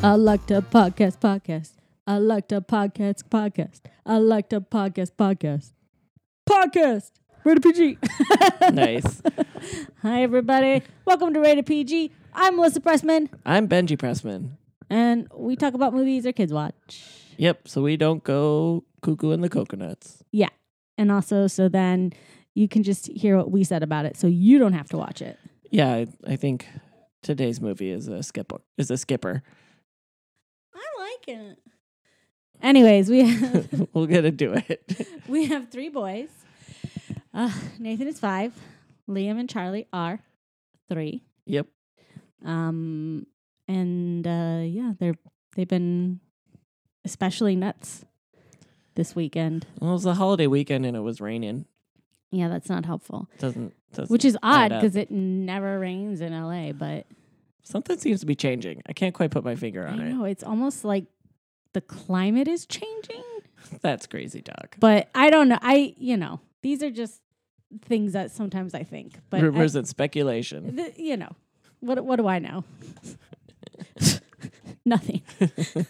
I like to podcast, podcast. I like to podcast, podcast. I like to podcast, podcast. Podcast! Rated PG. nice. Hi, everybody. Welcome to Rated PG. I'm Melissa Pressman, I'm Benji Pressman. and we talk about movies our kids watch. Yep. So we don't go cuckoo in the coconuts. Yeah. And also, so then you can just hear what we said about it so you don't have to watch it. Yeah, I, I think today's movie is a skipper. Is a skipper. I like it. Anyways, we have, we'll get into it. we have three boys. Uh, Nathan is five, Liam and Charlie are three. yep. Um, and uh, yeah, they're they've been especially nuts this weekend. Well, it was a holiday weekend and it was raining. Yeah, that's not helpful. Doesn't. doesn't Which is odd up. because it never rains in LA, but something seems to be changing. I can't quite put my finger I on it. know it's almost like the climate is changing. That's crazy, Doc. But I don't know. I you know these are just things that sometimes I think, but I- Rumors and speculation. the, you know what? What do I know? Nothing. I'm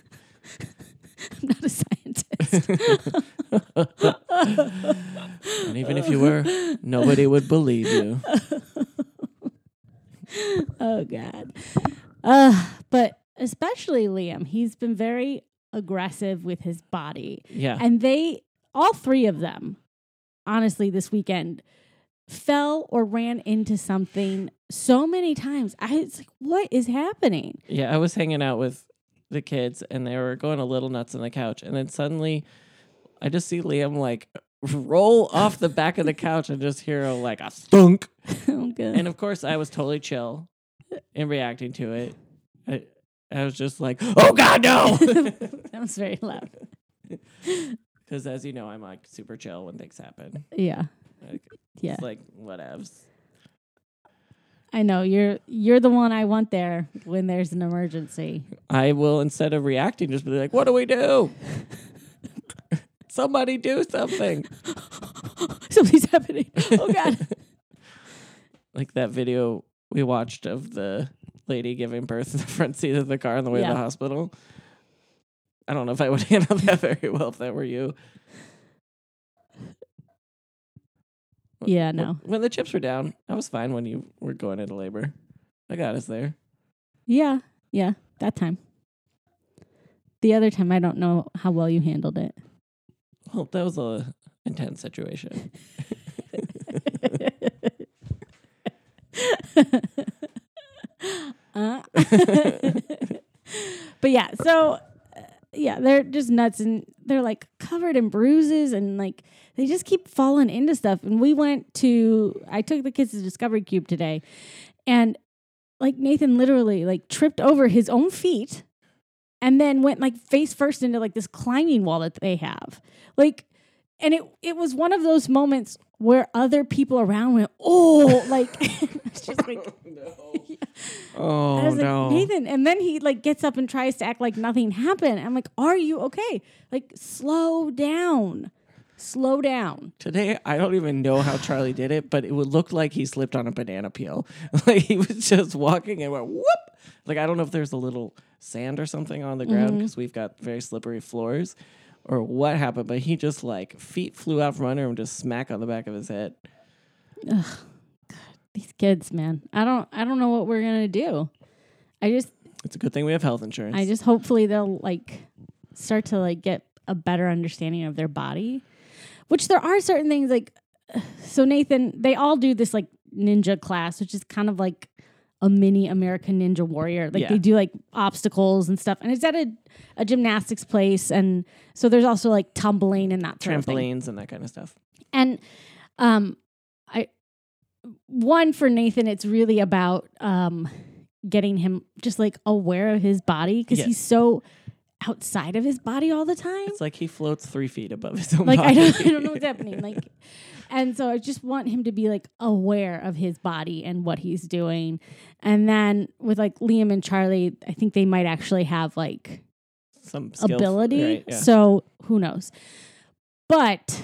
not a scientist. And even if you were, nobody would believe you. oh God. Uh, but especially Liam, he's been very aggressive with his body. Yeah. And they, all three of them, honestly, this weekend fell or ran into something so many times. I was like, what is happening? Yeah, I was hanging out with the kids and they were going a little nuts on the couch. And then suddenly I just see Liam like roll off the back of the couch and just hear like a thunk. oh, God. And of course, I was totally chill in reacting to it. I, I was just like, oh God, no. that was very loud. Because as you know, I'm like super chill when things happen. Yeah. Like, Yeah. It's like, whatevs. I know you're you're the one I want there when there's an emergency. I will, instead of reacting, just be like, what do we do? Somebody do something. Something's happening. Oh god. like that video we watched of the lady giving birth in the front seat of the car on the way to Yeah. the hospital. I don't know if I would handle that very well if that were you. yeah, no. When the chips were down, I was fine when you were going into labor. I got us there. Yeah. Yeah, that time. The other time I don't know how well you handled it. Well, that was a intense situation. Uh. but yeah, so uh, yeah, they're just nuts and they're like covered in bruises and like they just keep falling into stuff. And we went to I took the kids to Discovery Cube today and like Nathan literally like tripped over his own feet and then went like face first into like this climbing wall that they have. Like and it it was one of those moments where other people around went, "Oh, like it's just like Oh I was no. like, Nathan. And then he like gets up and tries to act like nothing happened. I'm like, are you okay? Like, slow down. Slow down. Today I don't even know how Charlie did it, but it would look like he slipped on a banana peel. like he was just walking and went whoop. Like I don't know if there's a little sand or something on the ground Mm-hmm. because we've got very slippery floors or what happened, but he just like feet flew out from under him just smack on the back of his head. These kids, man. I don't I don't know what we're gonna do. I just It's a good thing we have health insurance. I just hopefully they'll like start to like get a better understanding of their body. Which there are certain things like so Nathan, they all do this like ninja class, which is kind of like a mini American Ninja Warrior. Like Yeah. they do like obstacles and stuff. And it's at a, a gymnastics place and so there's also like tumbling and that sort of thing. trampolines and that kind of stuff. And um I one for Nathan it's really about um getting him just like aware of his body cuz Yes. he's so outside of his body all the time. It's like he floats three feet above his own Like I body. don't I don't know what's happening. Like and so I just want him to be like aware of his body and what he's doing. And then with like Liam and Charlie, I think they might actually have like Some skill, ability. Right, yeah. So who knows? But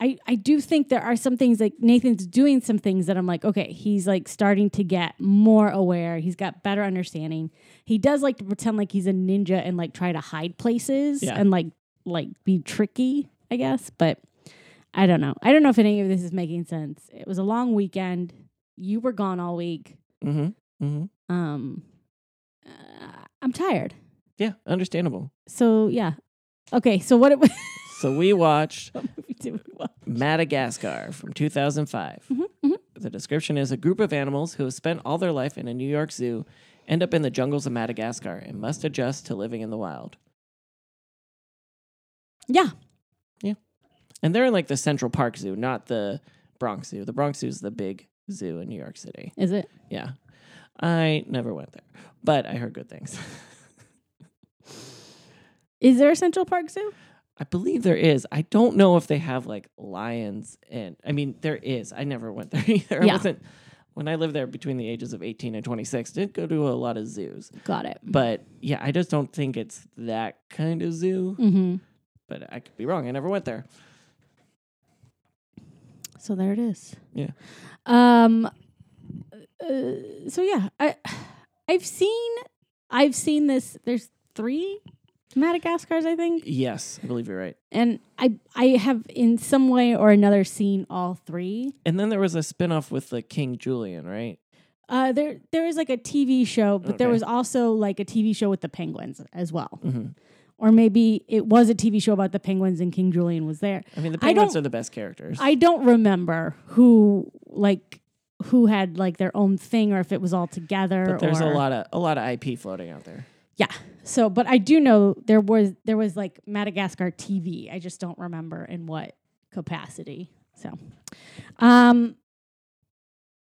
I, I do think there are some things like Nathan's doing some things that I'm like, okay, he's like starting to get more aware. He's got better understanding. He does like to pretend like he's a ninja and like try to hide places Yeah. and like like be tricky, I guess. But I don't know. I don't know if any of this is making sense. It was a long weekend. You were gone all week. Mm-hmm. Mm-hmm. Um uh, I'm tired. Yeah, understandable. So yeah. Okay, so what it was So we watched well, Madagascar from 2005. The description is a group of animals who have spent all their life in a New York zoo end up in the jungles of Madagascar and must adjust to living in the wild. Yeah. And they're in like the Central Park Zoo, not the Bronx Zoo. The Bronx Zoo is the big zoo in New York City. Is it? Yeah. I never went there, but I heard good things. Is there a Central Park Zoo? I believe there is. I don't know if they have like lions and I mean there is. I never went there either. Yeah. I wasn't when I lived there between the ages of 18 and 26, did go to a lot of zoos. Got it. But yeah, I just don't think it's that kind of zoo, Mm-hmm. but I could be wrong. I never went there. So there it is. Yeah. Um. uh, so yeah, I I've seen I've seen this. There's three Madagascar's, I think, Yes, I believe you're right. and I I have in some way or another seen all three. And then there was a spin-off with the King Julian, right? Uh, there there is like a TV show, but there Okay. was also like a TV show with the penguins as well, Mhm. or maybe it was a TV show about the penguins and King Julian was there. I mean, the I penguins don't- are the best characters. I don't remember who like who had like their own thing or if it was all together. but there's a or- lot of a lot of IP floating out there. Yeah. So, but I do know there was there was like Madagascar TV. I just don't remember in what capacity. So, um,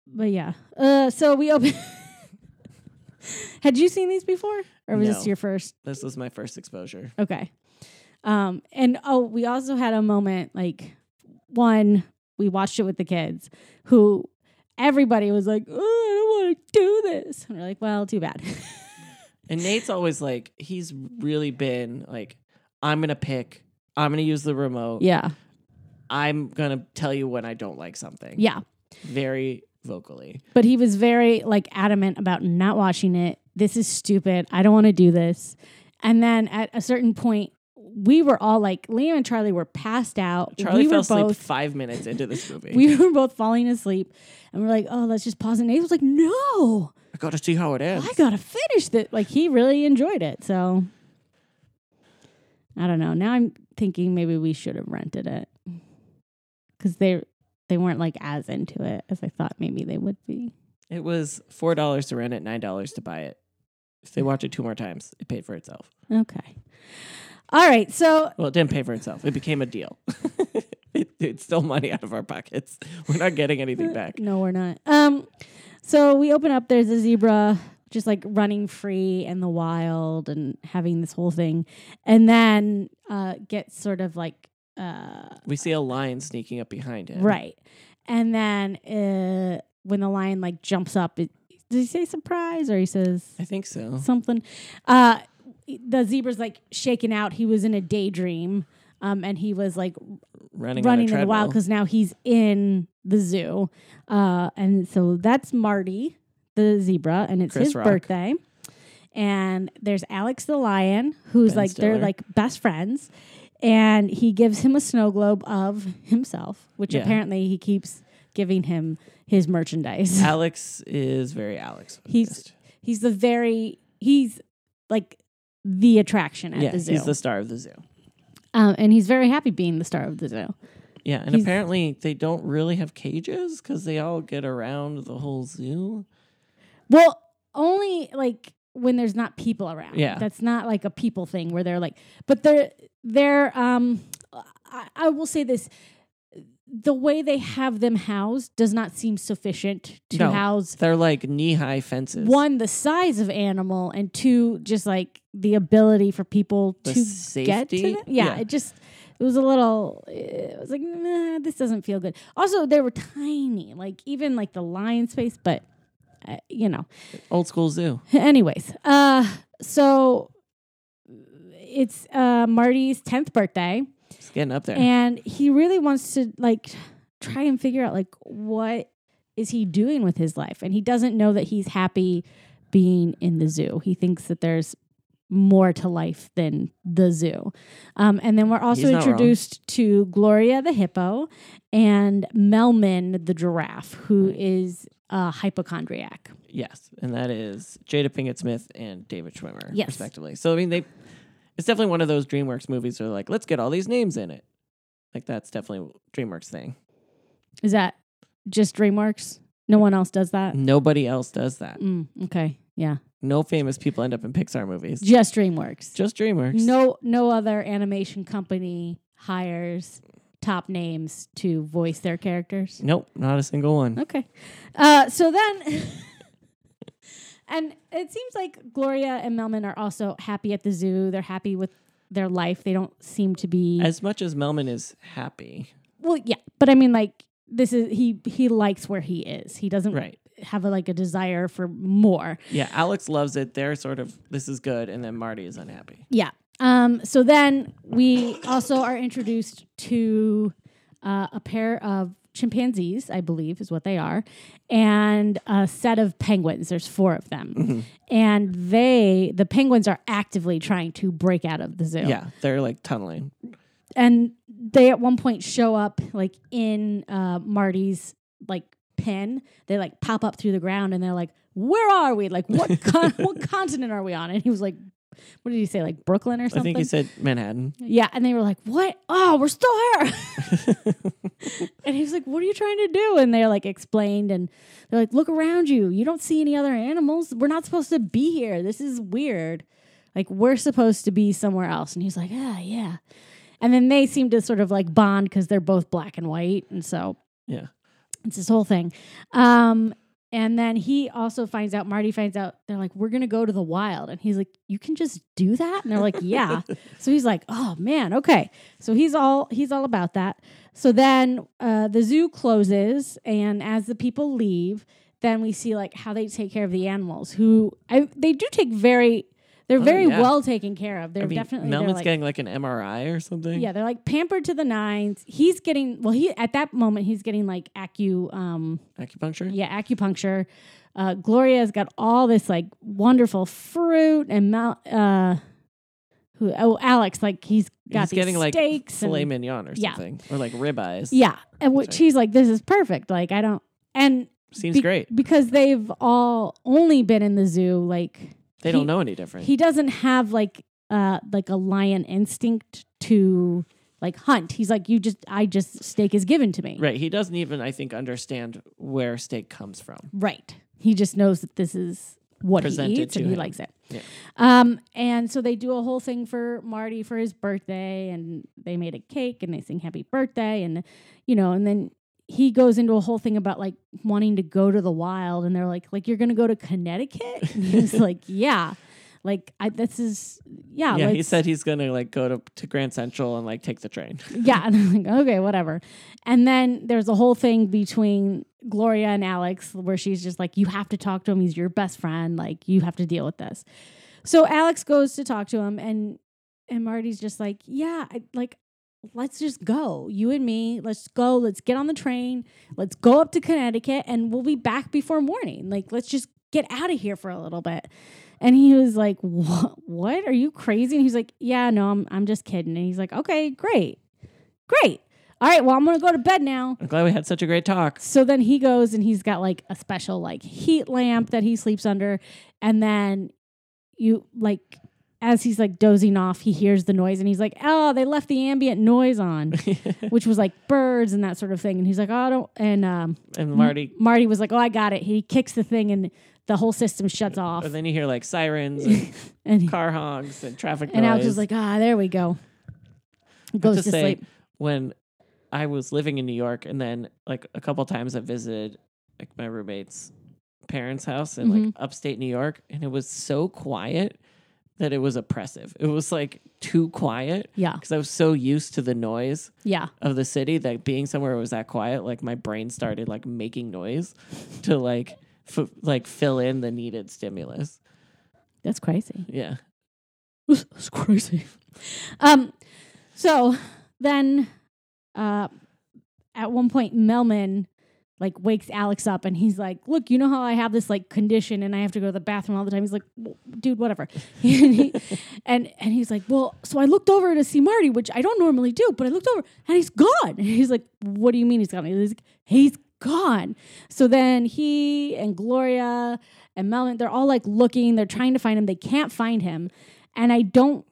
but yeah. Uh, so we open. Had you seen these before, or was this No. your first? This was my first exposure. Okay. Um, and oh, we also had a moment like one, we watched it with the kids who everybody was like, oh, I don't want to do this. And we're like, well, too bad. And Nate's always like, he's really been like, I'm gonna pick, I'm gonna use the remote, yeah. I'm gonna tell you when I don't like something. Yeah. Very vocally. But he was very like adamant about not watching it. This is stupid. I don't want to do this. And then at a certain point, we were all like Liam and Charlie were passed out. Charlie we fell were asleep both five minutes into this movie. we were both falling asleep and we're like, oh, let's just pause. And Nate was like, no, I gotta see how it ends. I gotta finish that. Like he really enjoyed it. So I don't know. Now I'm thinking maybe we should have rented it. Cause they they weren't like as into it as I thought maybe they would be. It was four dollars to rent it, nine dollars to buy it. If they watched it two more times, it paid for itself. Okay. All right. So Well, it didn't pay for itself. It became a deal. it, it's still money out of our pockets. We're not getting anything back. No, we're not. Um, so we open up. There's a zebra just like running free in the wild and having this whole thing, and then uh, gets sort of like uh, We see a lion sneaking up behind him. right, and then uh, when the lion like jumps up, it, does he say surprise or he says I think so. something? Uh, the zebra's like shaken out. He was in a daydream. Um, and he was like Running, running on a in the wild treadmill. because now he's in the zoo. Uh, and so that's Marty, the zebra, and it's Chris his Rock. birthday. And there's Alex the lion, who's Ben like Stiller. they're like best friends, and he gives him a snow globe of himself, which Yeah. apparently he keeps giving him his merchandise. Alex is very Alex. He's he's the very he's like the attraction at yeah, the zoo, he's the star of the zoo. um, and he's very happy being the star of the zoo. Yeah, and He's- apparently they don't really have cages because they all get around the whole zoo. Well, only like when there's not people around. Yeah. That's not like a people thing where they're like, but they're, they're, um, I, I will say this the way they have them housed does not seem sufficient to No. house They're like knee high fences. one, the size of animal, and two, just like the ability for people The to get to safety? them. Yeah, Yeah. It just, it was a little, it was like, nah, this doesn't feel good. Also, they were tiny, like even like the lion space, but, uh, you know. old school zoo. Anyways, uh, so it's uh, Marty's tenth birthday, It's getting up there. and he really wants to like try and figure out like what is he doing with his life and he doesn't know that he's happy being in the zoo he thinks that there's more to life than the zoo um, and then we're also He's not wrong. introduced to gloria the hippo and melman the giraffe who is a hypochondriac yes, and that is Jada Pinkett Smith and David Schwimmer, Yes. respectively. So I mean, they it's definitely one of those DreamWorks movies where they're like, let's get all these names in it. Like that's definitely a DreamWorks thing. is that just dreamworks no one else does that Nobody else does that. Mm, okay yeah No famous people end up in Pixar movies. just dreamworks Just DreamWorks. No, no other animation company hires top names to voice their characters. Nope, not a single one. Okay, uh, so then, and it seems like Gloria and Melman are also happy at the zoo. They're happy with their life. They don't seem to be As much as Melman is happy, well, yeah. But I mean, like this is he he likes where he is. He doesn't right? have a, like a desire for more. Yeah, Alex loves it. They're sort of this is good, and then Marty is unhappy. Yeah. Um, so then we also are introduced to uh, a pair of chimpanzees, I believe is what they are, and a set of penguins. There's four of them. Mm-hmm. And they, the penguins, are actively trying to break out of the zoo. Yeah, they're like tunneling. And they at one point show up like in uh, Marty's like pen. They like pop up through the ground and they're like, where are we? Like, what con- what continent are we on? And he was like, what did he say? Like Brooklyn or something? I think he said Manhattan. Yeah, and they were like, "What? Oh, we're still here." and he's like, "What are you trying to do?" And they're like explained and they're like, "Look around you. You don't see any other animals. We're not supposed to be here. This is weird. Like we're supposed to be somewhere else." And he's like, "Ah, yeah." And then they seem to sort of like bond cuz they're both black and white, and so Yeah. it's this whole thing. Um and then he also finds out, Marty finds out, they're like, we're going to go to the wild. And he's like, you can just do that? And they're like, yeah. so he's like, oh man, okay. So he's all, he's all about that. So then uh, the zoo closes. And as the people leave, then we see like how they take care of the animals who I, they do take very, they're very Oh, yeah. well taken care of. They're I mean, definitely, they're, Melman's like, getting like an MRI or something. yeah, they're like pampered to the nines. He's getting, well, he, at that moment, he's getting like acu, um, Acupuncture. yeah, acupuncture. Uh, Gloria's got all this like wonderful fruit and Mal- uh, who? Oh, Alex, like he's got He's these getting like steaks filet and, mignon or Yeah. something, or like ribeyes. yeah, and which Sorry. he's like, this is perfect. Like I don't and seems be- great. because they've all only been in the zoo. Like They he- don't know any different. he doesn't have like uh like a lion instinct to like hunt. He's like, you just I just steak is given to me. right. He doesn't even, I think, understand where steak comes from. Right. He just knows that this is what Presented he eats and to he him. likes it. Yeah. Um, and so they do a whole thing for Marty for his birthday and they made a cake and they sing happy birthday and you know, and then he goes into a whole thing about like wanting to go to the wild and they're like, like you're gonna go to Connecticut? And he's like, Yeah. Like I this is yeah, yeah. let's, He said he's gonna like go to, to Grand Central and like take the train. yeah, and I'm like, okay, whatever. And then there's a whole thing between Gloria and Alex where she's just like, you have to talk to him. He's your best friend. Like, you have to deal with this. So Alex goes to talk to him, and and Marty's just like, yeah, I, like, let's just go. You and me, let's go. Let's get on the train. Let's go up to Connecticut, and we'll be back before morning. Like, let's just get out of here for a little bit. And he was like, "What? What are you crazy?" And he's like, "Yeah, no, I'm I'm just kidding." And he's like, "Okay, great, great. All right, well, I'm gonna go to bed now." I'm glad we had such a great talk. So then he goes and he's got like a special like heat lamp that he sleeps under, and then you like as he's like dozing off, he hears the noise and he's like, "Oh, they left the ambient noise on," which was like birds and that sort of thing. And he's like, "Oh, I don't." And um, And Marty. Marty was like, "Oh, I got it." He kicks the thing and the whole system shuts off. And then you hear like sirens, and And car honks, and traffic And noise. Alex was like, ah, there we go. have Goes to, say, sleep. When I was living in New York, and then like a couple times I visited like my roommate's parents' house in like Mm-hmm. upstate New York, and it was so quiet that it was oppressive. It was like too quiet Yeah. because I was so used to the noise Yeah. of the city that being somewhere was that quiet, like my brain started like making noise to like f- like fill in the needed stimulus. That's crazy. Yeah, That's crazy. Um, so then uh at one point Melman like wakes Alex up and he's like, "Look, you know how I have this like condition and I have to go to the bathroom all the time." He's like, "W- "Dude, whatever." and, he, and and he's like, "Well, so I looked over to see Marty, which I don't normally do, but I looked over and he's gone." And he's like, "What do you mean he's gone?" And He's like, "He's gone." So then he and Gloria and Melman, they're all like looking, they're trying to find him, they can't find him. And I don't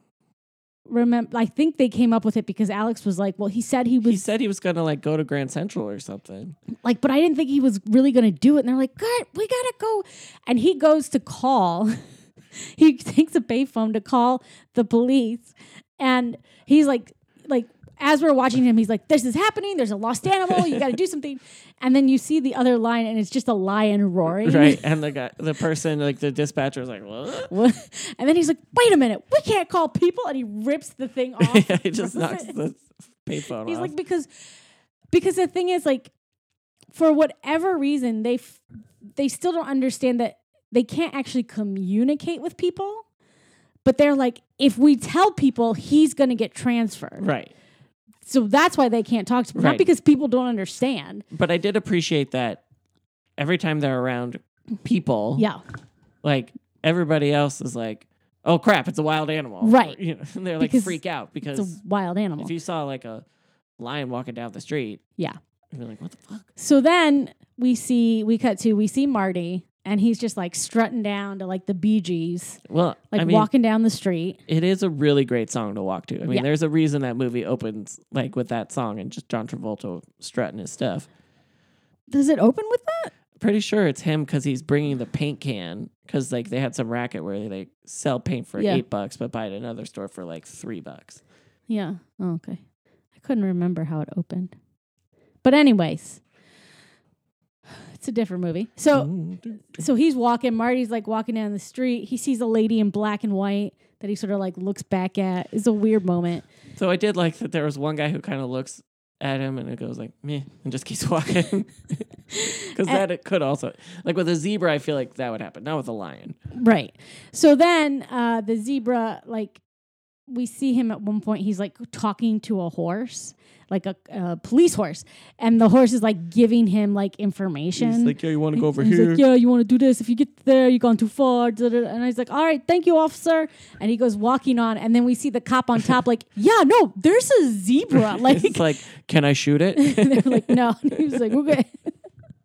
remember I think they came up with it because Alex was like, "Well, he said he was He said he was gonna like go to Grand Central or something. like, but I didn't think he was really going to do it. And they're like, God, we got to go. And he goes to call. he takes a payphone to call the police. And he's like, like, as we're watching him, he's like, this is happening. There's a lost animal. You got to do something. And then you see the other line and it's just a lion roaring. Right. And the guy the person, like the dispatcher was like, what? and then he's like, wait a minute. We can't call people. And he rips the thing off. yeah, he just knocks the payphone He's off. like because because the thing is like for whatever reason they f- they still don't understand that they can't actually communicate with people. But they're like, if we tell people, he's going to get transferred. right. So that's why they can't talk to people. Not Right. Mm-hmm. because people don't understand. But I did appreciate that every time they're around people, Yeah. like everybody else is like, Oh crap, it's a wild animal. Right. You know, and they're like Because freak out because It's a wild animal. if you saw like a lion walking down the street, yeah. you'd be like, What the fuck? So then we see, we cut to, we see Marty, and he's just like strutting down to like the Bee Gees, Well like I mean, walking down the street. it is a really great song to walk to. I mean, Yeah. there's a reason that movie opens like with that song and just John Travolta strutting his stuff. Does it open with that? Pretty sure it's him because he's bringing the paint can because like they had some racket where they like, sell paint for Yeah. eight bucks, but buy it at another store for like three bucks. Yeah. Oh, okay. I couldn't remember how it opened. But anyways, it's a different movie. So so he's walking. Marty's like walking down the street. He sees a lady in black and white that he sort of like looks back at. It's a weird moment. So I did like that there was one guy who kind of looks at him and it goes like meh and just keeps walking because that it could also like with a zebra I feel like that would happen not with a lion Right. So then uh, the zebra, like, we see him at one point. He's like talking to a horse, like a, a police horse, and the horse is like giving him like information. yeah you want And He's like, yeah, you want to do this. If you get there, you've gone too far. da, da, da." And I was like, all right, thank you, officer. And he goes walking on, and then we see the cop on top, like, yeah, no, there's a zebra. Like, it's like can I shoot it and they were like, no. And he was like, okay.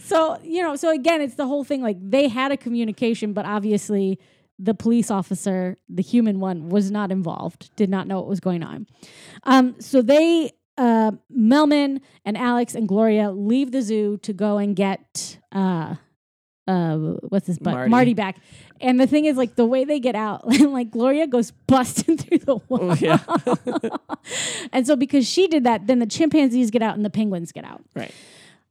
so, you know, so again, it's the whole thing. Like, they had a communication, but obviously the police officer, the human one, was not involved, did not know what was going on. Um, so they, uh, Melman and Alex and Gloria leave the zoo to go and get, uh, uh, what's his butt? Marty. Marty. back. And the thing is, like, the way they get out, like, Gloria goes busting through the wall. oh yeah And so because she did that, then the chimpanzees get out and the penguins get out. right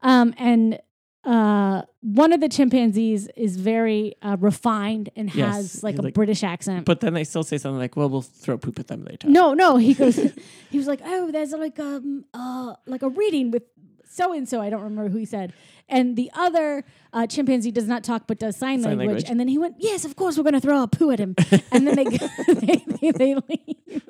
Um, and uh, one of the chimpanzees is very uh, refined and Yes, has like he's a like- British accent. But then they still say something like, "Well, we'll throw poop at them later." no, no, he goes. he was like, oh, there's like um uh like a reading with so and so. I don't remember who he said. And the other uh, chimpanzee does not talk but does sign, Sign language. language. And then he went, yes, of course, we're gonna throw a poo at him. and then they they, they, they leave.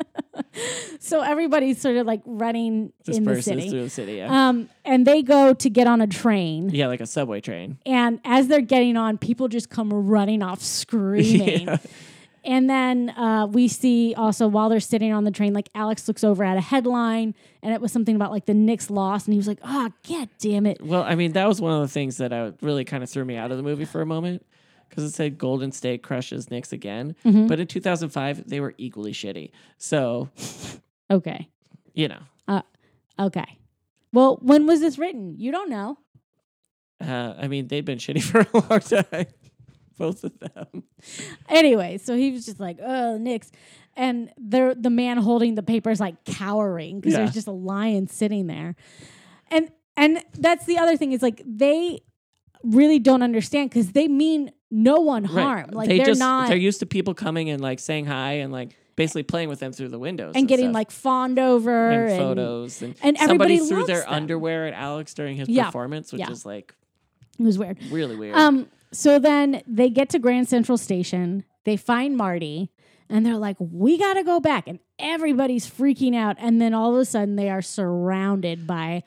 so everybody's sort of like running in the Disperses city. through the city. Uh, Yeah. Um, and they go to get on a train, yeah, like a subway train. and as they're getting on, people just come running off screaming. Yeah. And then uh, we see also while they're sitting on the train, like Alex looks over at a headline, and it was something about like the Knicks lost, and he was like, "Ah, god damn it!" Well, I mean, that was one of the things that I really kind of threw me out of the movie for a moment because it said Golden State crushes Knicks again. Mm-hmm. But in 2005, they were equally shitty. So Okay, you know, Uh, okay. Well, when was this written? You don't know. uh, I mean, they've been shitty for a long time, both of them. Anyway, so he was just like, "Oh, Knicks," and the the man holding the paper is like cowering because Yeah. there's just a lion sitting there, and and that's the other thing is like they really don't understand because they mean no one harm. Like they they are just not they're used to people coming and like saying hi and like basically playing with them through the windows and getting stuff. like fawned over and photos and, and somebody everybody threw loves their them. underwear at Alex during his Yeah. performance, which Yeah. is like It was weird. really weird. Um, so then they get to Grand Central Station. They find Marty, and they're like, "We got to go back." And everybody's freaking out and then all of a sudden they are surrounded by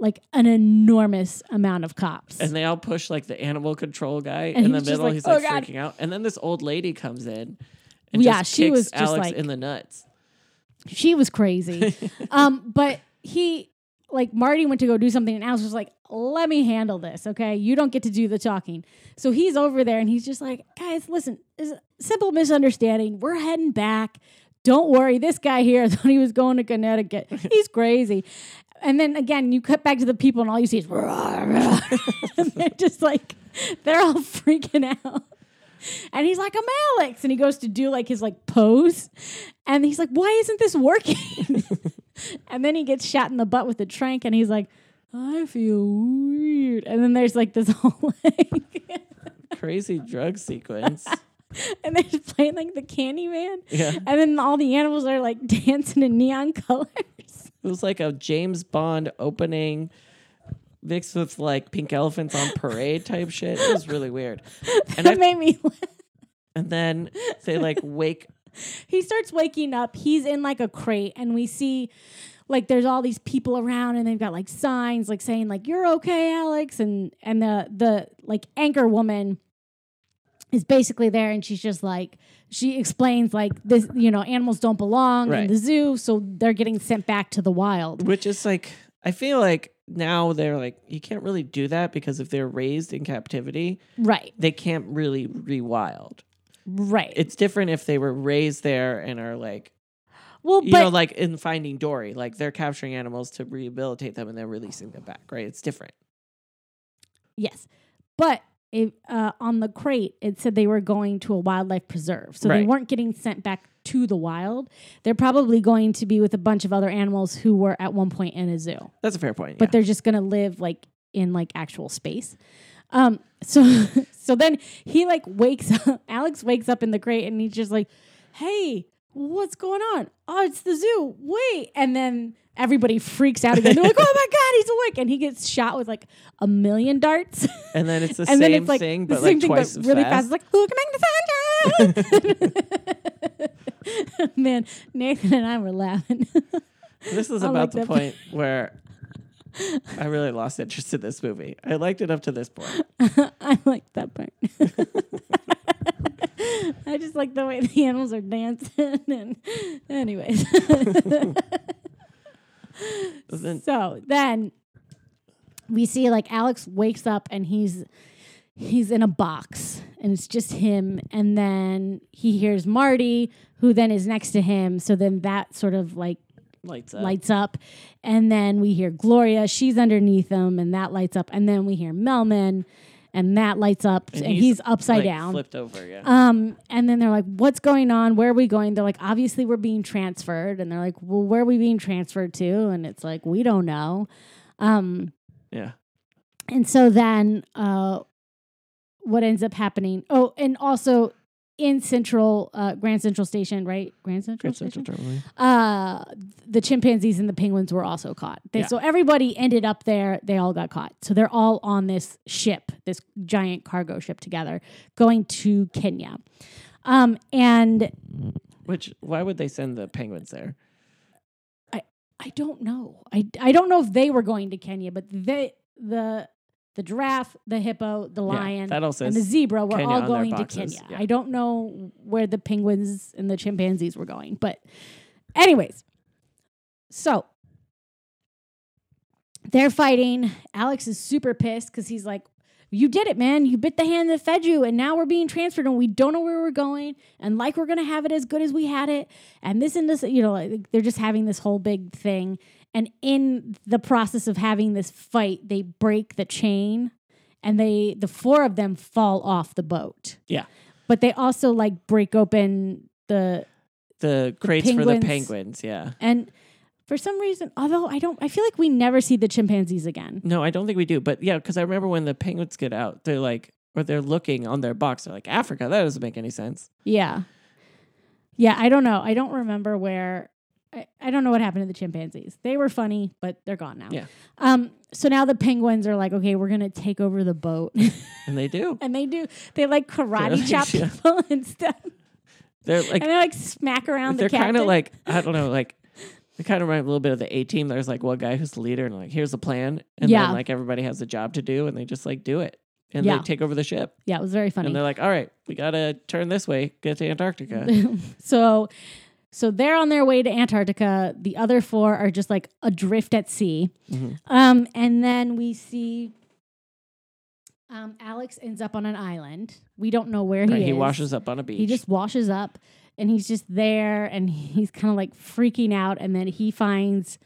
like an enormous amount of cops. And they all push like the animal control guy And in he the was just middle. like, he's "Oh, like God." freaking out. And then this old lady comes in and Yeah, just she kicks was just Alex like- in the nuts. she was crazy. um, but he like Marty went to go do something and Alice was like, let me handle this, okay? You don't get to do the talking. So he's over there and he's just like, guys, listen, it's a simple misunderstanding. We're heading back. Don't worry. This guy here thought he was going to Connecticut. He's crazy. And then again, you cut back to the people and all you see is "Rah, rah." and they're just like they're all freaking out. And he's like, I'm Alex. And he goes to do like his like pose. And he's like, why isn't this working? and then he gets shot in the butt with a trank and he's like, I feel weird. And then there's like this whole like Crazy drug sequence. and they're just playing like the candy man. Yeah. And then all the animals are like dancing in neon colors. It was like a James Bond opening mixed with like pink elephants on parade type shit. It was really weird. And That I, made me laugh. and then they like wake he starts waking up. He's in like a crate, and we see like there's all these people around, and they've got like signs like saying like "You're okay, Alex," and and the the like anchor woman is basically there, and she's just like she explains like this, you know, animals don't belong in Right. the zoo, so they're getting sent back to the wild. which is like I feel like now they're like you can't really do that because if they're raised in captivity, Right, they can't really rewild. right. It's different if they were raised there and are like well, you but know, like in Finding Dory, like they're capturing animals to rehabilitate them and they're releasing them back, right? It's different. Yes, but it, uh, on the crate it said they were going to a wildlife preserve, so they Right. weren't getting sent back to the wild. They're probably going to be with a bunch of other animals who were at one point in a zoo, That's a fair point. but yeah. they're just going to live like in like actual space. Um, so so then he like wakes up. Alex wakes up in the crate and he's just like, "Hey." What's going on? Oh, it's the zoo. Wait. And then everybody freaks out again. They're like, oh my God, he's awake. And he gets shot with like a million darts. and then it's the and same then it's like thing, the but same like twice thing, but as really fast. fast. It's like who can make the sound? Man, Nathan and I were laughing. This is I like about the that. point where I really lost interest in this movie. I liked it up to this point. I like that part. I just like the way the animals are dancing. And anyways, Then- so then we see like Alex wakes up and he's he's in a box and it's just him and then he hears Marty who then is next to him so then that sort of like lights up. lights up and then we hear Gloria she's underneath him and that lights up and then we hear Melman and that lights up and, he's, upside like, down Flipped over, yeah. um, and then they're like, "What's going on? Where are we going?" They're like, "Obviously, we're being transferred." And they're like, "Well, where are we being transferred to?" And it's like, "We don't know." Um, yeah. and so then, uh, what ends up happening? Oh, and also in Central uh, Grand Central Station, right? Grand Central. Station? Uh, the chimpanzees and the penguins were also caught. They, Yeah. So everybody ended up there. They all got caught. So they're all on this ship, this giant cargo ship together, going to Kenya. Um, and Which why would they send the penguins there? I don't know. I, I don't know if they were going to Kenya, but they the the giraffe, the hippo, the Yeah, lion, that all and the says zebra were Kenya all on their going to boxes. Kenya. Yeah. I don't know where the penguins and the chimpanzees were going, but anyways, so they're fighting. Alex is super pissed because he's like, "You did it, man! You bit the hand that fed you, and now we're being transferred, and we don't know where we're going, and like we're gonna have it as good as we had it, and this and this, you know, like they're just having this whole big thing." And in the process of having this fight, they break the chain and they the four of them fall off the boat. Yeah. But they also like break open the The crates for the penguins. penguins, yeah. and for some reason, although I don't I feel like we never see the chimpanzees again. No, I don't think we do. But yeah, because I remember when the penguins get out, they're like, or they're looking on their box. They're like, Africa, that doesn't make any sense. Yeah. Yeah, I don't know. I don't remember where I, I don't know what happened to the chimpanzees. They were funny, but they're gone now. Yeah. Um so now the penguins are like, okay, we're gonna take over the boat. And they do. and they do they like karate Karate chop chop. people and stuff. They're like and they like smack around the they're kind captain. of like I don't know, like they kind of remind me a little bit of the A team. There's like one guy who's the leader, and like here's the plan, and Yeah. then like everybody has a job to do, and they just like do it, and Yeah. they take over the ship, yeah, it was very funny. and they're like, all right, we gotta turn this way, get to Antarctica. so so they're on their way to Antarctica. The other four are just like adrift at sea. Mhm. Um, and then we see um, Alex ends up on an island. We don't know where Right, he is. he washes up on a beach. He just washes up and he's just there and he's kind of like freaking out. And then he finds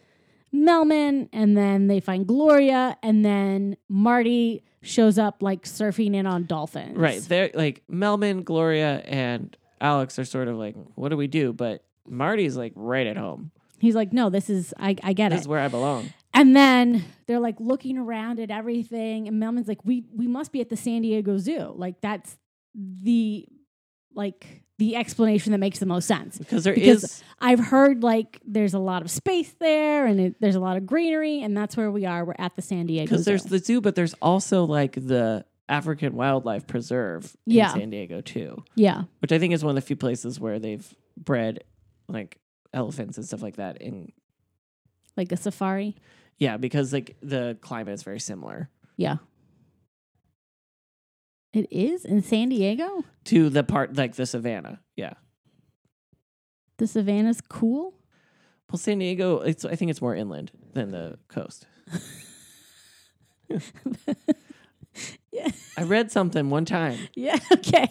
Melman and then they find Gloria and then Marty shows up like surfing in on dolphins. right there, like Melman, Gloria, and Alex are sort of like, what do we do? But Marty's like right at home. He's like, no, this is, I, I get This it. is where I belong. And then they're like looking around at everything, and Melman's like, "We we must be at the San Diego Zoo. Like that's the like the explanation that makes the most sense." Because there Because- is- I've heard like there's a lot of space there, and it, there's a lot of greenery, and that's where we are. We're at the San Diego Zoo. because there's the zoo, but there's also like the African Wildlife Preserve in Yeah. San Diego too, yeah, which I think is one of the few places where they've bred like elephants and stuff like that. And like a safari. yeah, because like the climate is very similar Yeah, it is in San Diego. to the part like the savannah. Yeah, The savannah's cool. well, San Diego, it's I think it's more inland than the coast. Yeah. I read something one time. Yeah. Okay.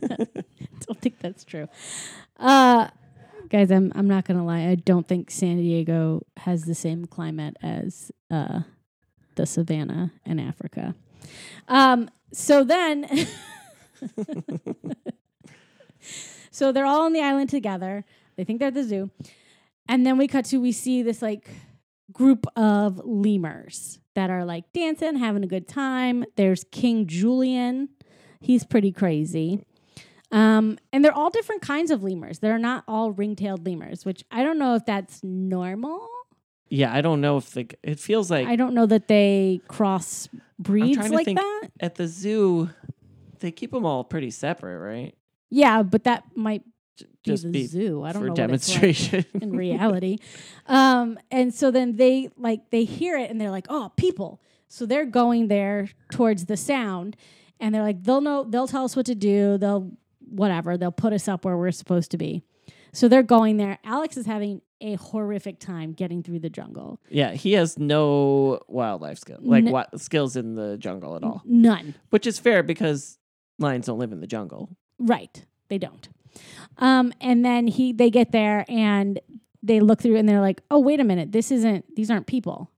don't think that's true. Uh, guys, I'm I'm not gonna lie. I don't think San Diego has the same climate as uh, the savannah in Africa. Um, so then, so they're all on the island together. They think they're at the zoo, and then we cut to we see this like group of lemurs that are like dancing, having a good time. There's King Julian. He's pretty crazy. Um, and they're all different kinds of lemurs. They're not all ring-tailed lemurs, which I don't know if that's normal. Yeah, I don't know if the it feels like I don't know that they cross breeds trying to like think. that. at the zoo they keep them all pretty separate, right? Yeah, but that might J- be Just the be zoo. I don't for know what it's like demonstration. in reality. um, and so then they like they hear it and they're like, "Oh, people!" So they're going there towards the sound, and they're like, "They'll know. They'll tell us what to do. They'll whatever. They'll put us up where we're supposed to be." So they're going there. Alex is having a horrific time getting through the jungle. Yeah, he has no wildlife skill, like No. wi- skills in the jungle at all, None. which is fair because lions don't live in the jungle. Right. They don't. Um, and then he they get there and they look through and they're like, oh wait a minute, this isn't these aren't people.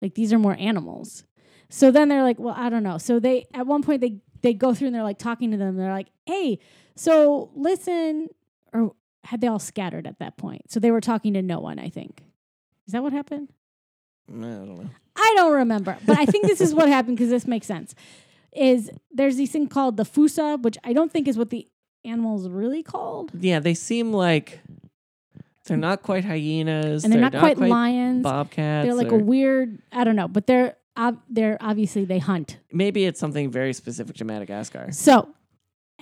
Like these are more animals. So then they're like, well, I don't know. So they at one point they they go through and they're like talking to them. They're like, hey, so listen, or had they all scattered at that point? So they were talking to no one. I think is that what happened? Mm, I don't know. I don't remember, but I think this is what happened because this makes sense. Is there's these thing called the fusa, which I don't think is what the animal's really called, Yeah, they seem like they're not quite hyenas, and they're, not, quite, lions. bobcats. They're like a or- weird. I don't know, but they're ob- they're obviously they hunt. maybe it's something very specific to Madagascar. So,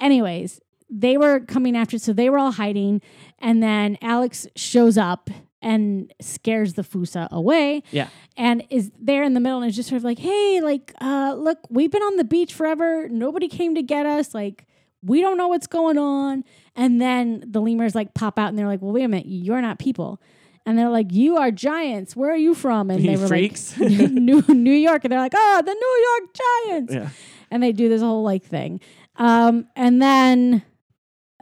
anyways, they were coming after, so they were all hiding, and then Alex shows up and scares the fusa away. Yeah, and is there in the middle and is just sort of like, hey, like, uh, look, we've been on the beach forever. Nobody came to get us. Like, we don't know what's going on. And then the lemurs like pop out and they're like, well, wait a minute, you're not people. And they're like, you are giants. Where are you from? And You they were freaks. like, New, New York. And they're like, oh, the New York Giants. yeah. And they do this whole like thing. Um, and then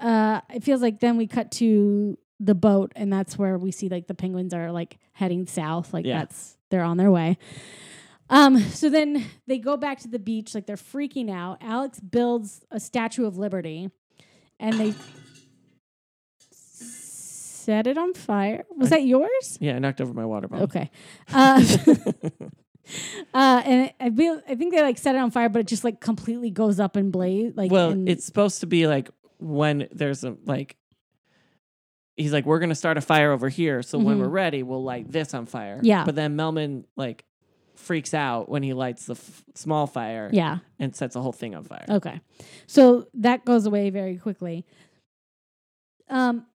uh, it feels like then we cut to the boat, and that's where we see like the penguins are like heading south. Like Yeah. that's they're on their way. Um, so then they go back to the beach, like they're freaking out. Alex builds a Statue of Liberty, and they set it on fire. Was that yours? Yeah, I knocked over my water bottle. Okay. Uh, uh, and I feel, I think they like set it on fire, but it just like completely goes up in blaze. Like well, and- it's supposed to be like when there's a like he's like we're going to start a fire over here so when Mhm. we're ready we'll light this on fire. Yeah. But then Melman like freaks out when he lights the f- small fire yeah. and sets the whole thing on fire. Okay. So that goes away very quickly. Um,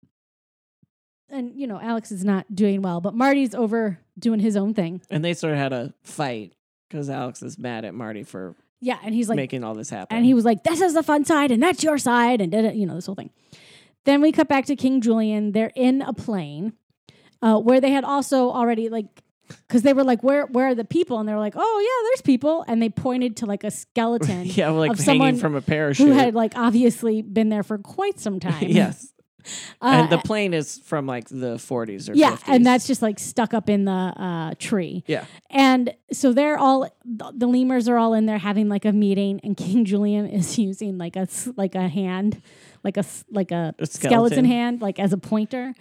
and you know, Alex is not doing well, but Marty's over doing his own thing. And they sort of had a fight because Alex is mad at Marty for Yeah, and he's like, making all this happen. and he was like, "This is the fun side, and that's your side," and da-da, you know this whole thing. Then we cut back to King Julian. They're in a plane, uh, where they had also already like, because they were like, "Where, where are the people?" And they were like, "Oh yeah, there's people," and they pointed to like a skeleton yeah, like of hanging someone from a parachute. who had like obviously been there for quite some time. yes. Uh, and the plane is from like the 40s or yeah, 50s. and that's just like stuck up in the uh, tree. Yeah. And so they're all th- the lemurs are all in there having like a meeting, and King Julian is using like a s- like a hand, like a s- like a, A skeleton. skeleton. hand, like as a pointer.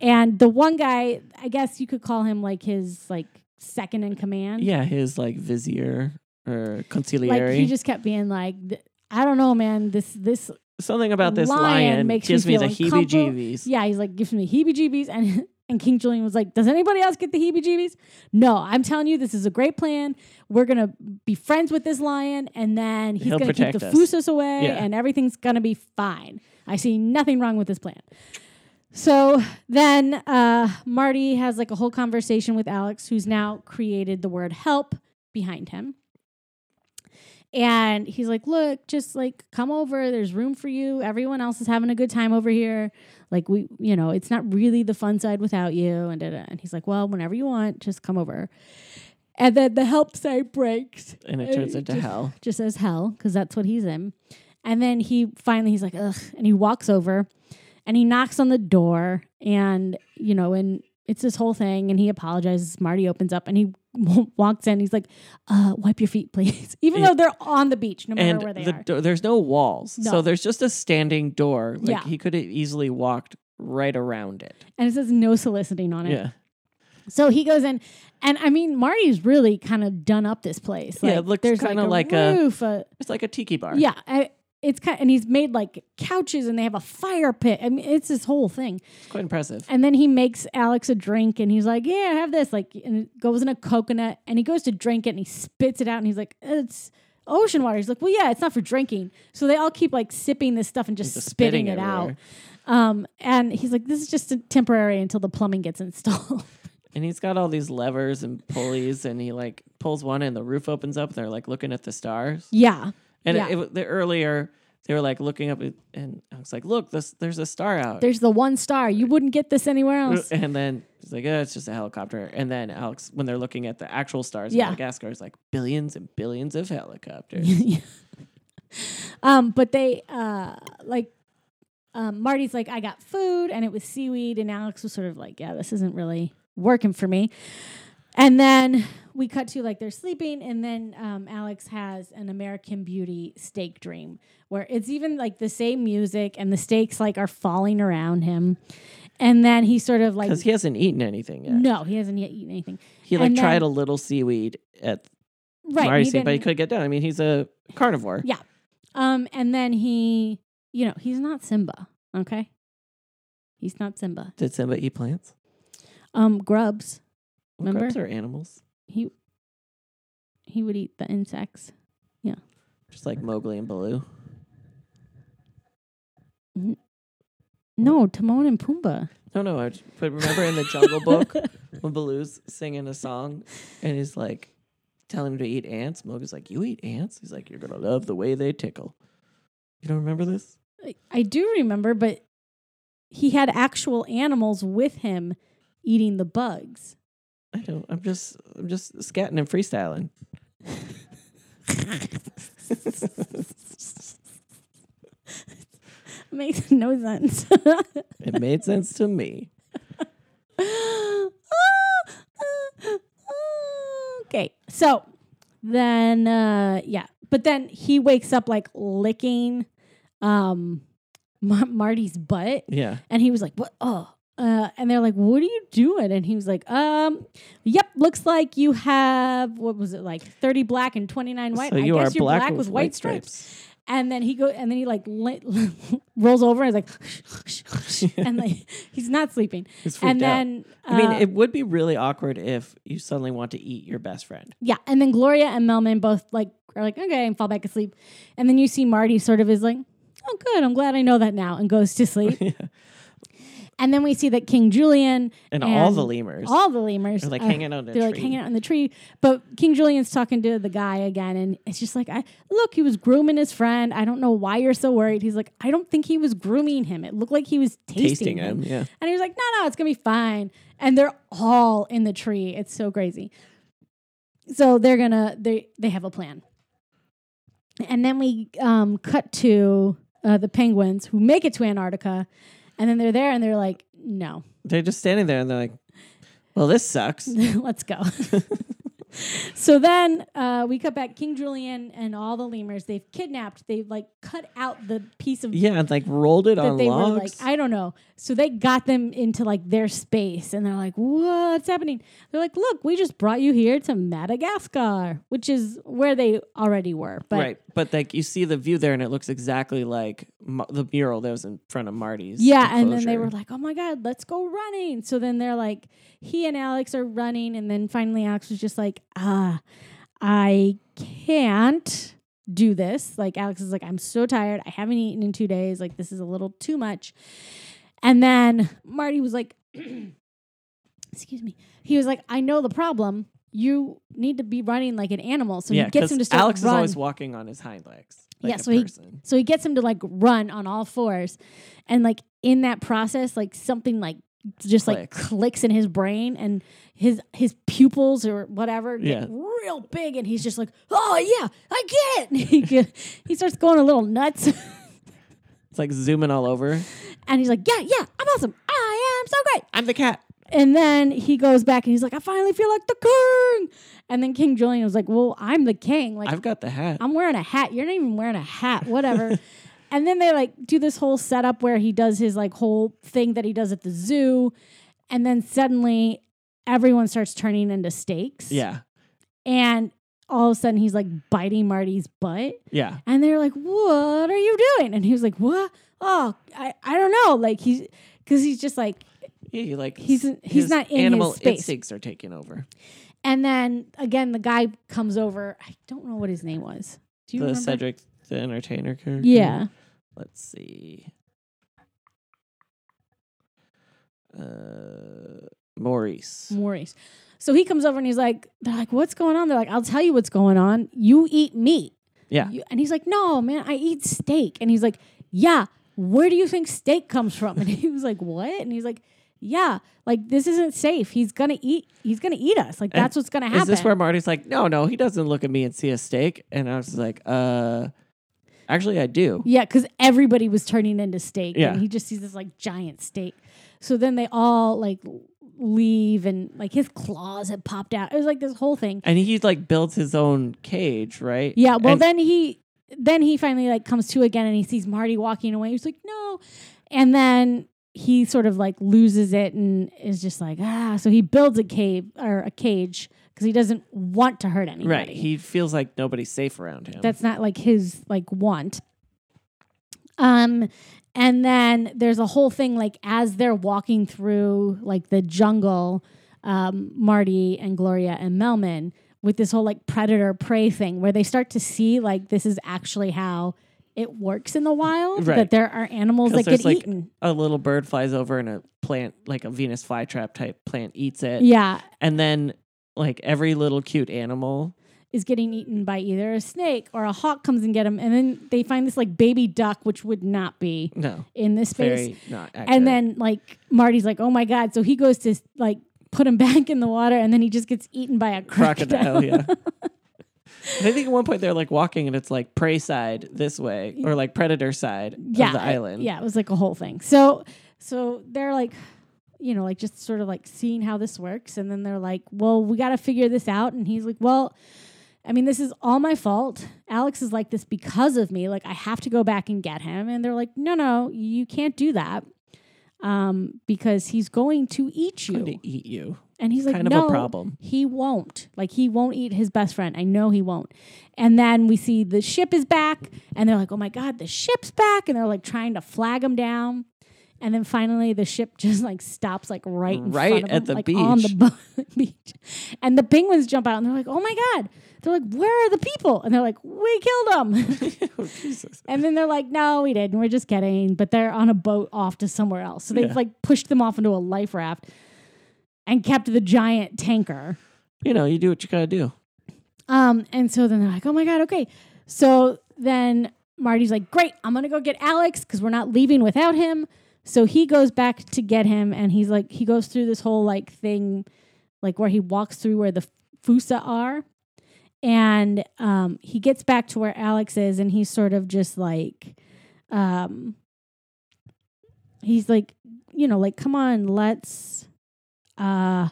And the one guy, I guess you could call him like his like second in command. Yeah, his like vizier or like conciliary. he just kept being like, "Th- I don't know, man. This this Something about this Lion lion, makes gives me me the feel uncomfortable. heebie-jeebies. Yeah, he's like, gives me heebie jeebies. And, and King Julian was like, Does anybody else get the heebie jeebies? No, I'm telling you, this is a great plan. We're going to be friends with this lion, and then he's He'll going to keep protect the us. Fusus away, Yeah. and everything's going to be fine. I see nothing wrong with this plan. So then uh, Marty has like a whole conversation with Alex, who's now created the word help behind him. And he's like, Look, just like come over. There's room for you. Everyone else is having a good time over here. Like, we, you know, it's not really the fun side without you. And, da-da. and he's like, Well, whenever you want, just come over. And then the help side breaks And it turns into Uh, just- hell. just as hell because that's what he's in. And then he finally he's like ugh, and he walks over, and he knocks on the door, and you know, and it's this whole thing, and he apologizes. Marty opens up, and he walks in. He's like, uh, "Wipe your feet, please," even Yeah. though they're on the beach, no matter And where they the are. door, there's no walls. No. So there's just a standing door. Like Yeah. he could have easily walked right around it. and it says no soliciting on it. Yeah. So he goes in, and I mean, Marty's really kind of done up this place. Yeah, Like, it looks there's kinda like a a- roof, a It's like a tiki bar. Yeah, I, it's kind and he's made like couches and they have a fire pit. I mean, it's this whole thing. It's quite impressive. And then he makes Alex a drink and he's like, "Yeah, have this." Like, and it goes in a coconut and he goes to drink it and he spits it out and he's like, "It's ocean water." He's like, "Well, yeah, it's not for drinking." So they all keep like sipping this stuff and just, Just spitting, spitting it out. everywhere. Um, and he's like, "This is just temporary until the plumbing gets installed." And he's got all these levers and pulleys, and he like pulls one, and the roof opens up. And they're like looking at the stars. yeah, And yeah. it, it, the earlier they were like looking up, at- and I was like, "Look, this, there's a star out." There's the one star. You wouldn't get this anywhere else. and then he's like, "Oh, it's just a helicopter." And then Alex, when they're looking at the actual stars, Yeah. in Madagascar is like billions and billions of helicopters. Yeah. um, but they uh like um, Marty's like, I got food and it was seaweed, and Alex was sort of like, Yeah, this isn't really working for me. And then we cut to like they're sleeping, and then um, Alex has an American Beauty steak dream where it's even like the same music and the steaks like are falling around him, and then he sort of like, Because he hasn't eaten anything yet. no, he hasn't yet eaten anything. He like and then- tried a little seaweed at Right, Marty's he seat, but he didn't- couldn't get down. I mean, he's a carnivore. Yeah. Um, and then he, you know, he's not Simba. Okay, he's not Simba. Did Simba eat plants? Um, grubs. Well, Remember? Crabs are animals, He he would eat the insects. just like Mowgli and Baloo. No, Timon and Pumbaa. No, no. I j- but remember in the Jungle Book when Baloo's singing a song and he's like telling him to eat ants. Mowgli's like, "You eat ants?" He's like, "You're gonna love the way they tickle." You don't remember this? I- I do remember, but he had actual animals with him eating the bugs. I don't. I'm just, I'm just scatting and freestyling. Makes no sense. It made sense to me. okay. So then uh yeah. But then he wakes up like licking um Mar- Marty's butt Yeah. and he was like, "What? Oh." Uh, and they're like, "What are you doing?" And he was like, "Um, yep, looks like you have what was it like thirty black and twenty nine white. so I you guess are you're black, with, white, stripes. and then he go and then he like li- rolls over and he's like, and like he's not sleeping. He's freaked and out. then I mean, uh, it would be really awkward if you suddenly want to eat your best friend. yeah, and then Gloria and Melman both like are like okay and fall back asleep, and then you see Marty sort of is like, oh good, I'm glad I know that now, and goes to sleep. yeah. And then we see that King Julian And, all the lemurs all the lemurs are like are- hanging on the they're tree. like hanging out in the tree. But King Julian's talking to the guy again, and it's just like, I look, he was grooming his friend. I don't know why you're so worried. He's like, I don't think he was grooming him. It looked like he was tasting, tasting him. him. Yeah. And he was like, No, no, it's gonna be fine. And they're all in the tree. It's so crazy. So they're gonna they they have a plan. And then we um, cut to uh, the penguins who make it to Antarctica, and then they're there and they're like, No, They're just standing there and they're like, well, this sucks. Let's go. so then uh, we cut back. King Julian and all the lemurs, they've kidnapped, they've like cut out the piece of Yeah, and like rolled it that on they logs. were like, I don't know. So they got them into like their space and they're like, what's happening? They're like, look, we just brought you here to Madagascar, which is where they already were. But right, but like you see the view there, and it looks exactly like mu- the mural that was in front of Marty's. Yeah, and then they enclosure. were like, "Oh my god, let's go running." So then they're like, he and Alex are running, and then finally Alex was just like, "Ah, I can't do this." Like Alex is like, "I'm so tired. I haven't eaten in two days. Like this is a little too much." And then Marty was like, "Excuse me." He was like, "I know the problem. You need to be running like an animal." So yeah, he gets 'cause him to start Alex run. is always walking on his hind legs. Like Yeah, a so he- person. So he gets him to like run on all fours. And like in that process, like something like just like Clicks. clicks in his brain and his his pupils or whatever get Yeah. real big and he's just like, Oh yeah, I get it. And he, get- he starts going a little nuts It's like zooming all over. and he's like, Yeah, yeah, I'm awesome. I am so great. I'm the cat. And then he goes back and he's like, I finally feel like the king. And then King Julian was like, Well, I'm the king. Like I've got the hat. I'm wearing a hat. You're not even wearing a hat. Whatever. and then they like do this whole setup where he does his like whole thing that he does at the zoo, and then suddenly everyone starts turning into steaks. yeah, And all of a sudden he's like biting Marty's butt, yeah. and they're like, "What are you doing?" And he was like, "What? Oh, I I don't know." Like he's because he's just like Yeah, you like He's- s- he's his not in his animal space. instincts are taking over. and then again the guy comes over. I don't know what his name was. Do you the remember? Cedric the Entertainer character. Yeah. Let's see. Uh, Maurice. Maurice. So he comes over and he's like, they're like, what's going on? They're like, I'll tell you what's going on. You eat meat. Yeah. You, and he's like, no, man, I eat steak. And he's like, yeah, where do you think steak comes from? And he was like, what? And he's like, yeah, like this isn't safe. He's gonna eat. He's gonna eat us. Like And that's what's gonna happen. Is this where Marty's like, no, no, he doesn't look at me and see a steak? And I was just like, uh, actually, I do. Yeah, because everybody was turning into steak, Yeah. and he just sees this like giant steak. So then they all like leave, and like his claws had popped out. It was like this whole thing. And he like builds his own cage, right? Yeah. Well, And- then he then he finally like comes to again and he sees Marty walking away. He's like, no. And then he sort of like loses it and is just like, ah. So he builds a cave or a cage because he doesn't want to hurt anybody. right. He feels like nobody's safe around him. That's not like his like want. Um and then there's a whole thing like as they're walking through like the jungle, um, Marty and Gloria and Melman with this whole like predator prey thing where they start to see like this is actually how it works in the wild Right. that there are animals that 'Cause get there's, like, eaten. a little bird flies over and a plant, like a Venus flytrap type plant, eats it. Yeah, And then like every little cute animal. is getting eaten by either a snake or a hawk comes and get them and then they find this like baby duck which would not be No, in this space. very not accurate. And then like Marty's like, oh my god! So he goes to like put him back in the water, and then he just gets eaten by a crocodile. crocodile, yeah. And I think at one point they're like walking and it's like prey side this way or like predator side yeah, of the island. Yeah, it was like a whole thing. So so they're like, you know, like just sort of like seeing how this works, and then they're like, well, we got to figure this out. And he's like, well. I mean, this is all my fault. Alex is like this because of me. Like, I have to go back and get him. And they're like, no, no, you can't do that um, because he's going to eat you. Going to eat you. And he's like, kind of a no, problem. He won't. Like he won't eat his best friend. I know he won't. And then we see the ship is back, and they're like, oh my god, the ship's back, and they're like trying to flag him down. And then finally, the ship just like stops like right in Right front of at them, the like, on the beach. bo- beach. And the penguins jump out and they're like, "Oh my god!" They're like, "Where are the people?" And they're like, "We killed them." oh, Jesus. And then they're like, no, we didn't. We're just kidding. But they're on a boat off to somewhere else. So they've Yeah. like pushed them off into a life raft and kept the giant tanker. You know, you do what you gotta do. Um, and so then they're like, oh my God, okay. So then Marty's like, great, I'm going to go get Alex because we're not leaving without him. So he goes back to get him and he's like, he goes through this whole like thing, like where he walks through where the Fusa are. And um, he gets back to where Alex is and he's sort of just like, um, he's like, you know, like, come on, let's, uh,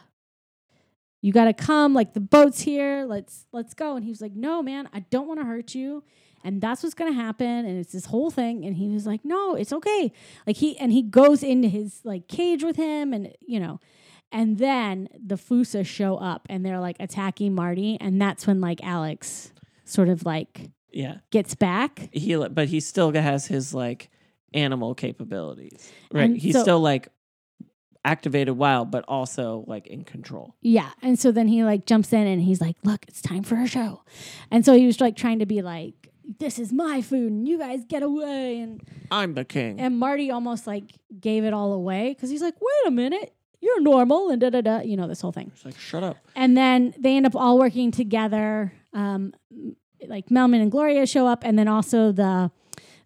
you gotta come like the boat's here let's let's go and he was like no man i don't want to hurt you and that's what's gonna happen and it's this whole thing and he was like no it's okay like he and he goes into his like cage with him and you know and then the fusa show up and they're like attacking marty and that's when like alex sort of like Yeah. gets back He, li- but he still has his like animal capabilities, right? And He's so- still like activated wild, but also like in control. Yeah. And so then he like jumps in and he's like, look, it's time for a show. And so he was like trying to be like, this is my food and you guys get away. And, I'm the king. and Marty almost like gave it all away because he's like, wait a minute, you're normal and da da da, you know, this whole thing. it's like shut up. And then they end up all working together. Um, like Melman and Gloria show up, and then also the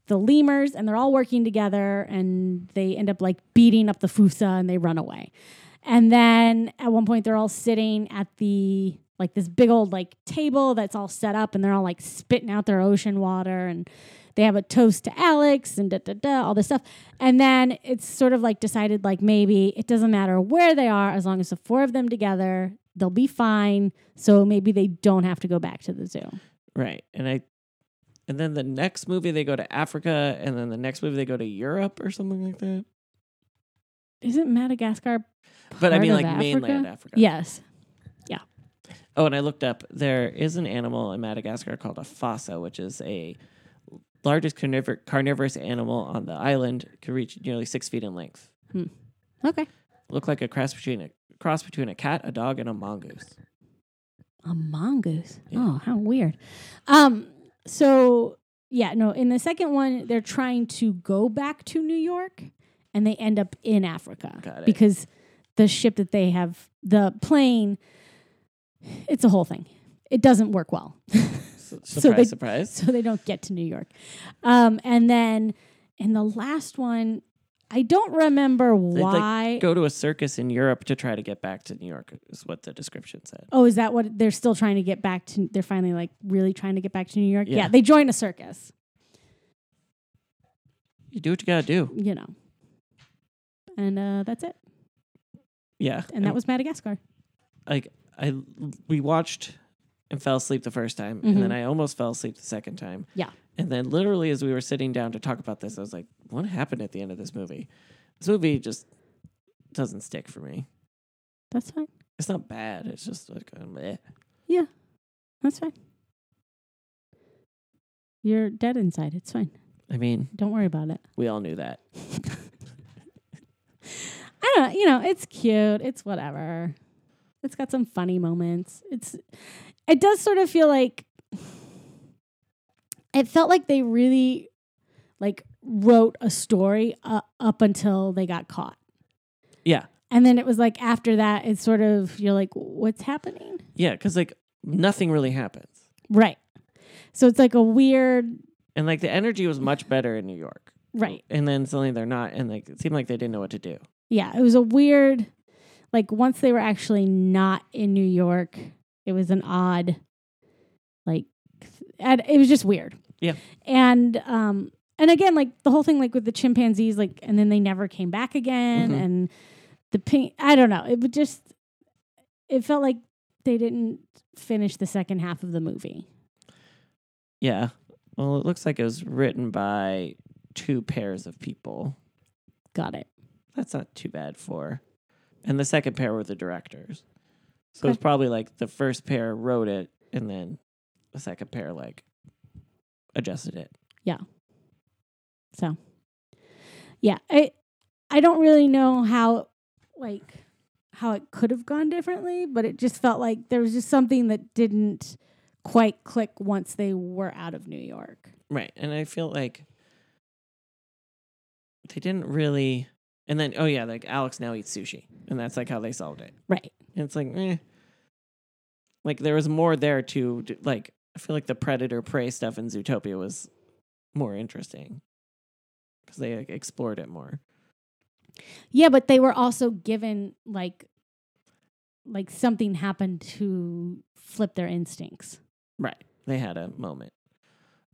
the lemurs, and they're all working together, and they end up like beating up the Fusa, and they run away. And then at one point, they're all sitting at the like this big old like table that's all set up, and they're all like spitting out their ocean water, and they have a toast to Alex and da da da, all this stuff. And then it's sort of like decided like maybe it doesn't matter where they are as long as the four of them together, they'll be fine. So maybe they don't have to go back to the zoo. Right. And I and then the next movie they go to Africa and then the next movie they go to Europe or something like that. Isn't Madagascar? But I part mean of like Africa? mainland Africa. Yes. Oh, and I looked up there is an animal in Madagascar called a fossa, which is a largest carniv- carnivorous animal on the island, can reach nearly six feet in length. Okay. Look like a cross between a cross between a cat, a dog, and a mongoose. A mongoose. Yeah. Oh, how weird. Um. So yeah, no. In the second one, they're trying to go back to New York, and they end up in Africa Got it. because the ship that they have, the plane, it's a whole thing. It doesn't work well. So, surprise, So they- surprise. so they don't get to New York. Um, and then in the last one, I don't remember They'd, like, why. go to a circus in Europe to try to get back to New York is what the description said. oh, is that what they're still trying to get back to? They're finally like really trying to get back to New York. Yeah, Yeah. they join a circus. You do what you gotta do. You know, and uh, that's it. Yeah. And that was Madagascar. like I we watched and fell asleep the first time, and then I almost fell asleep the second time. Mm-hmm. Yeah. And then literally as we were sitting down to talk about this, I was like, "What happened at the end of this movie? This movie just doesn't stick for me. That's fine. It's not bad. It's just like uh, meh. That's fine. You're dead inside. It's fine. I mean, Don't worry about it. we all knew that. I don't know. You know, it's cute. It's whatever. It's got some funny moments. It's it does sort of feel like it felt like they really like wrote a story uh, up until they got caught. Yeah. And then it was like after that it's sort of you're like what's happening? Yeah, cuz like nothing really happens. Right. So it's like a weird And like the energy was much better in New York. right. And then suddenly they're not and like it seemed like they didn't know what to do. Yeah, it was a weird like once they were actually not in New York, it was an odd like th- and it was just weird. Yeah. And um and again like the whole thing like with the chimpanzees like and then they never came back again Mhm. and the pink I don't know. It would just it felt like they didn't finish the second half of the movie. Yeah. Well, it looks like it was written by two pairs of people. Got it. that's not too bad for. And the second pair were the directors. So it's Okay. probably like the first pair wrote it and then the second pair like adjusted it. Yeah. I I don't really know how like how it could have gone differently, but it just felt like there was just something that didn't quite click once they were out of New York. Right. And I feel like they didn't really. And then, oh, yeah, like Alex now eats sushi. And that's like how they solved it. Right. And it's like, eh. Like there was more there to, do- like, I feel like the predator prey stuff in Zootopia was more interesting because they like, explored it more. Yeah, but they were also given like like something happened to flip their instincts. Right. They had a moment.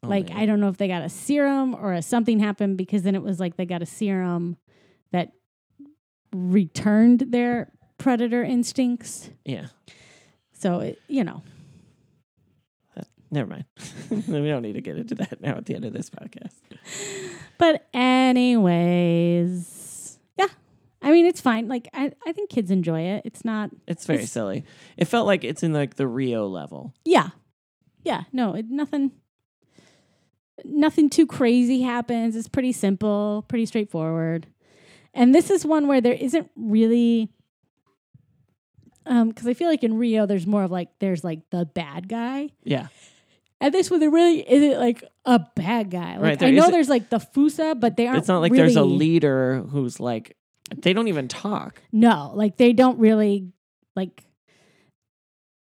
Oh, like I don't know if they got a serum or a something happened because then it was like they got a serum that returned their predator instincts. Yeah. So it, you know, Never mind. we don't need to get into that now at the end of this podcast. But anyways, yeah. I mean, it's fine. Like I, I think kids enjoy it. It's not. It's very It's- silly. It felt like it's in like the Rio level. Yeah, yeah. No, it, nothing. Nothing too crazy happens. It's pretty simple, pretty straightforward. And this is one where there isn't really. Um, because I feel like in Rio, there's more of like there's like the bad guy, Yeah. and this one there really isn't like a bad guy. Like Right, there I know isn't- there's like the Fusa, but they aren't. It's not like there's a really- leader who's like they don't even talk. No, like they don't really like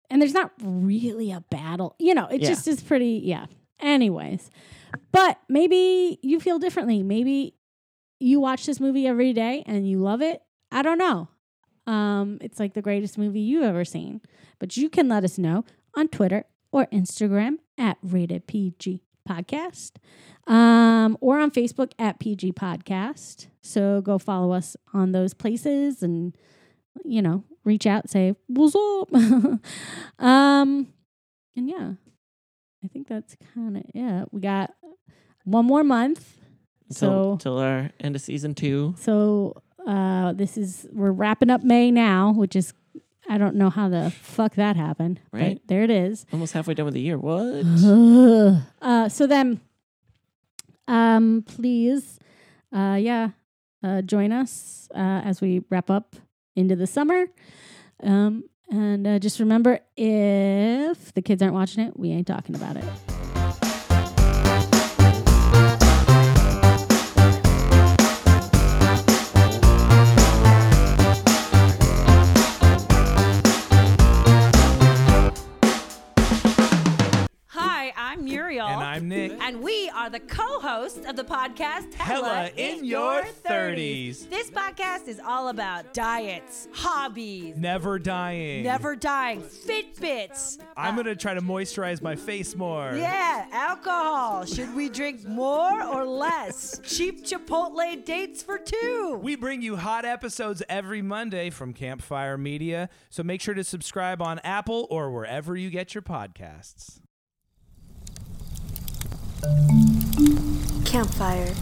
and there's not really a battle. You know, it Yeah. just is pretty yeah. Anyways. But maybe you feel differently. Maybe you watch this movie every day and you love it. I don't know. Um it's like the greatest movie you've ever seen. But you can let us know on Twitter or Instagram at rated PG podcast um, or on Facebook at PG Podcast. So go follow us on those places and, you know, reach out, say, what's up? um, and yeah, I think that's kind of it. We got one more month. Till So- till our end of season two. So uh, this is, we're wrapping up May now, which is, I don't know how the fuck that happened. but Right. there it is. Almost halfway done with the year. What? Ugh. uh, so then, um, please, uh, yeah, uh, join us uh, as we wrap up into the summer. Um, and uh, just remember, if the kids aren't watching it, we ain't talking about it. Hi, I'm Muriel. And I'm Nick. And we are the co hosts of the podcast Hella in Your 30s. This podcast is all about diets, hobbies, Never dying. never dying, Fitbits. I'm gonna try to moisturize my face more. Yeah, alcohol. Should we drink more or less? Cheap Chipotle dates for two. We bring you hot episodes every Monday from Campfire Media, so make sure to subscribe on Apple or wherever you get your podcasts. Campfire.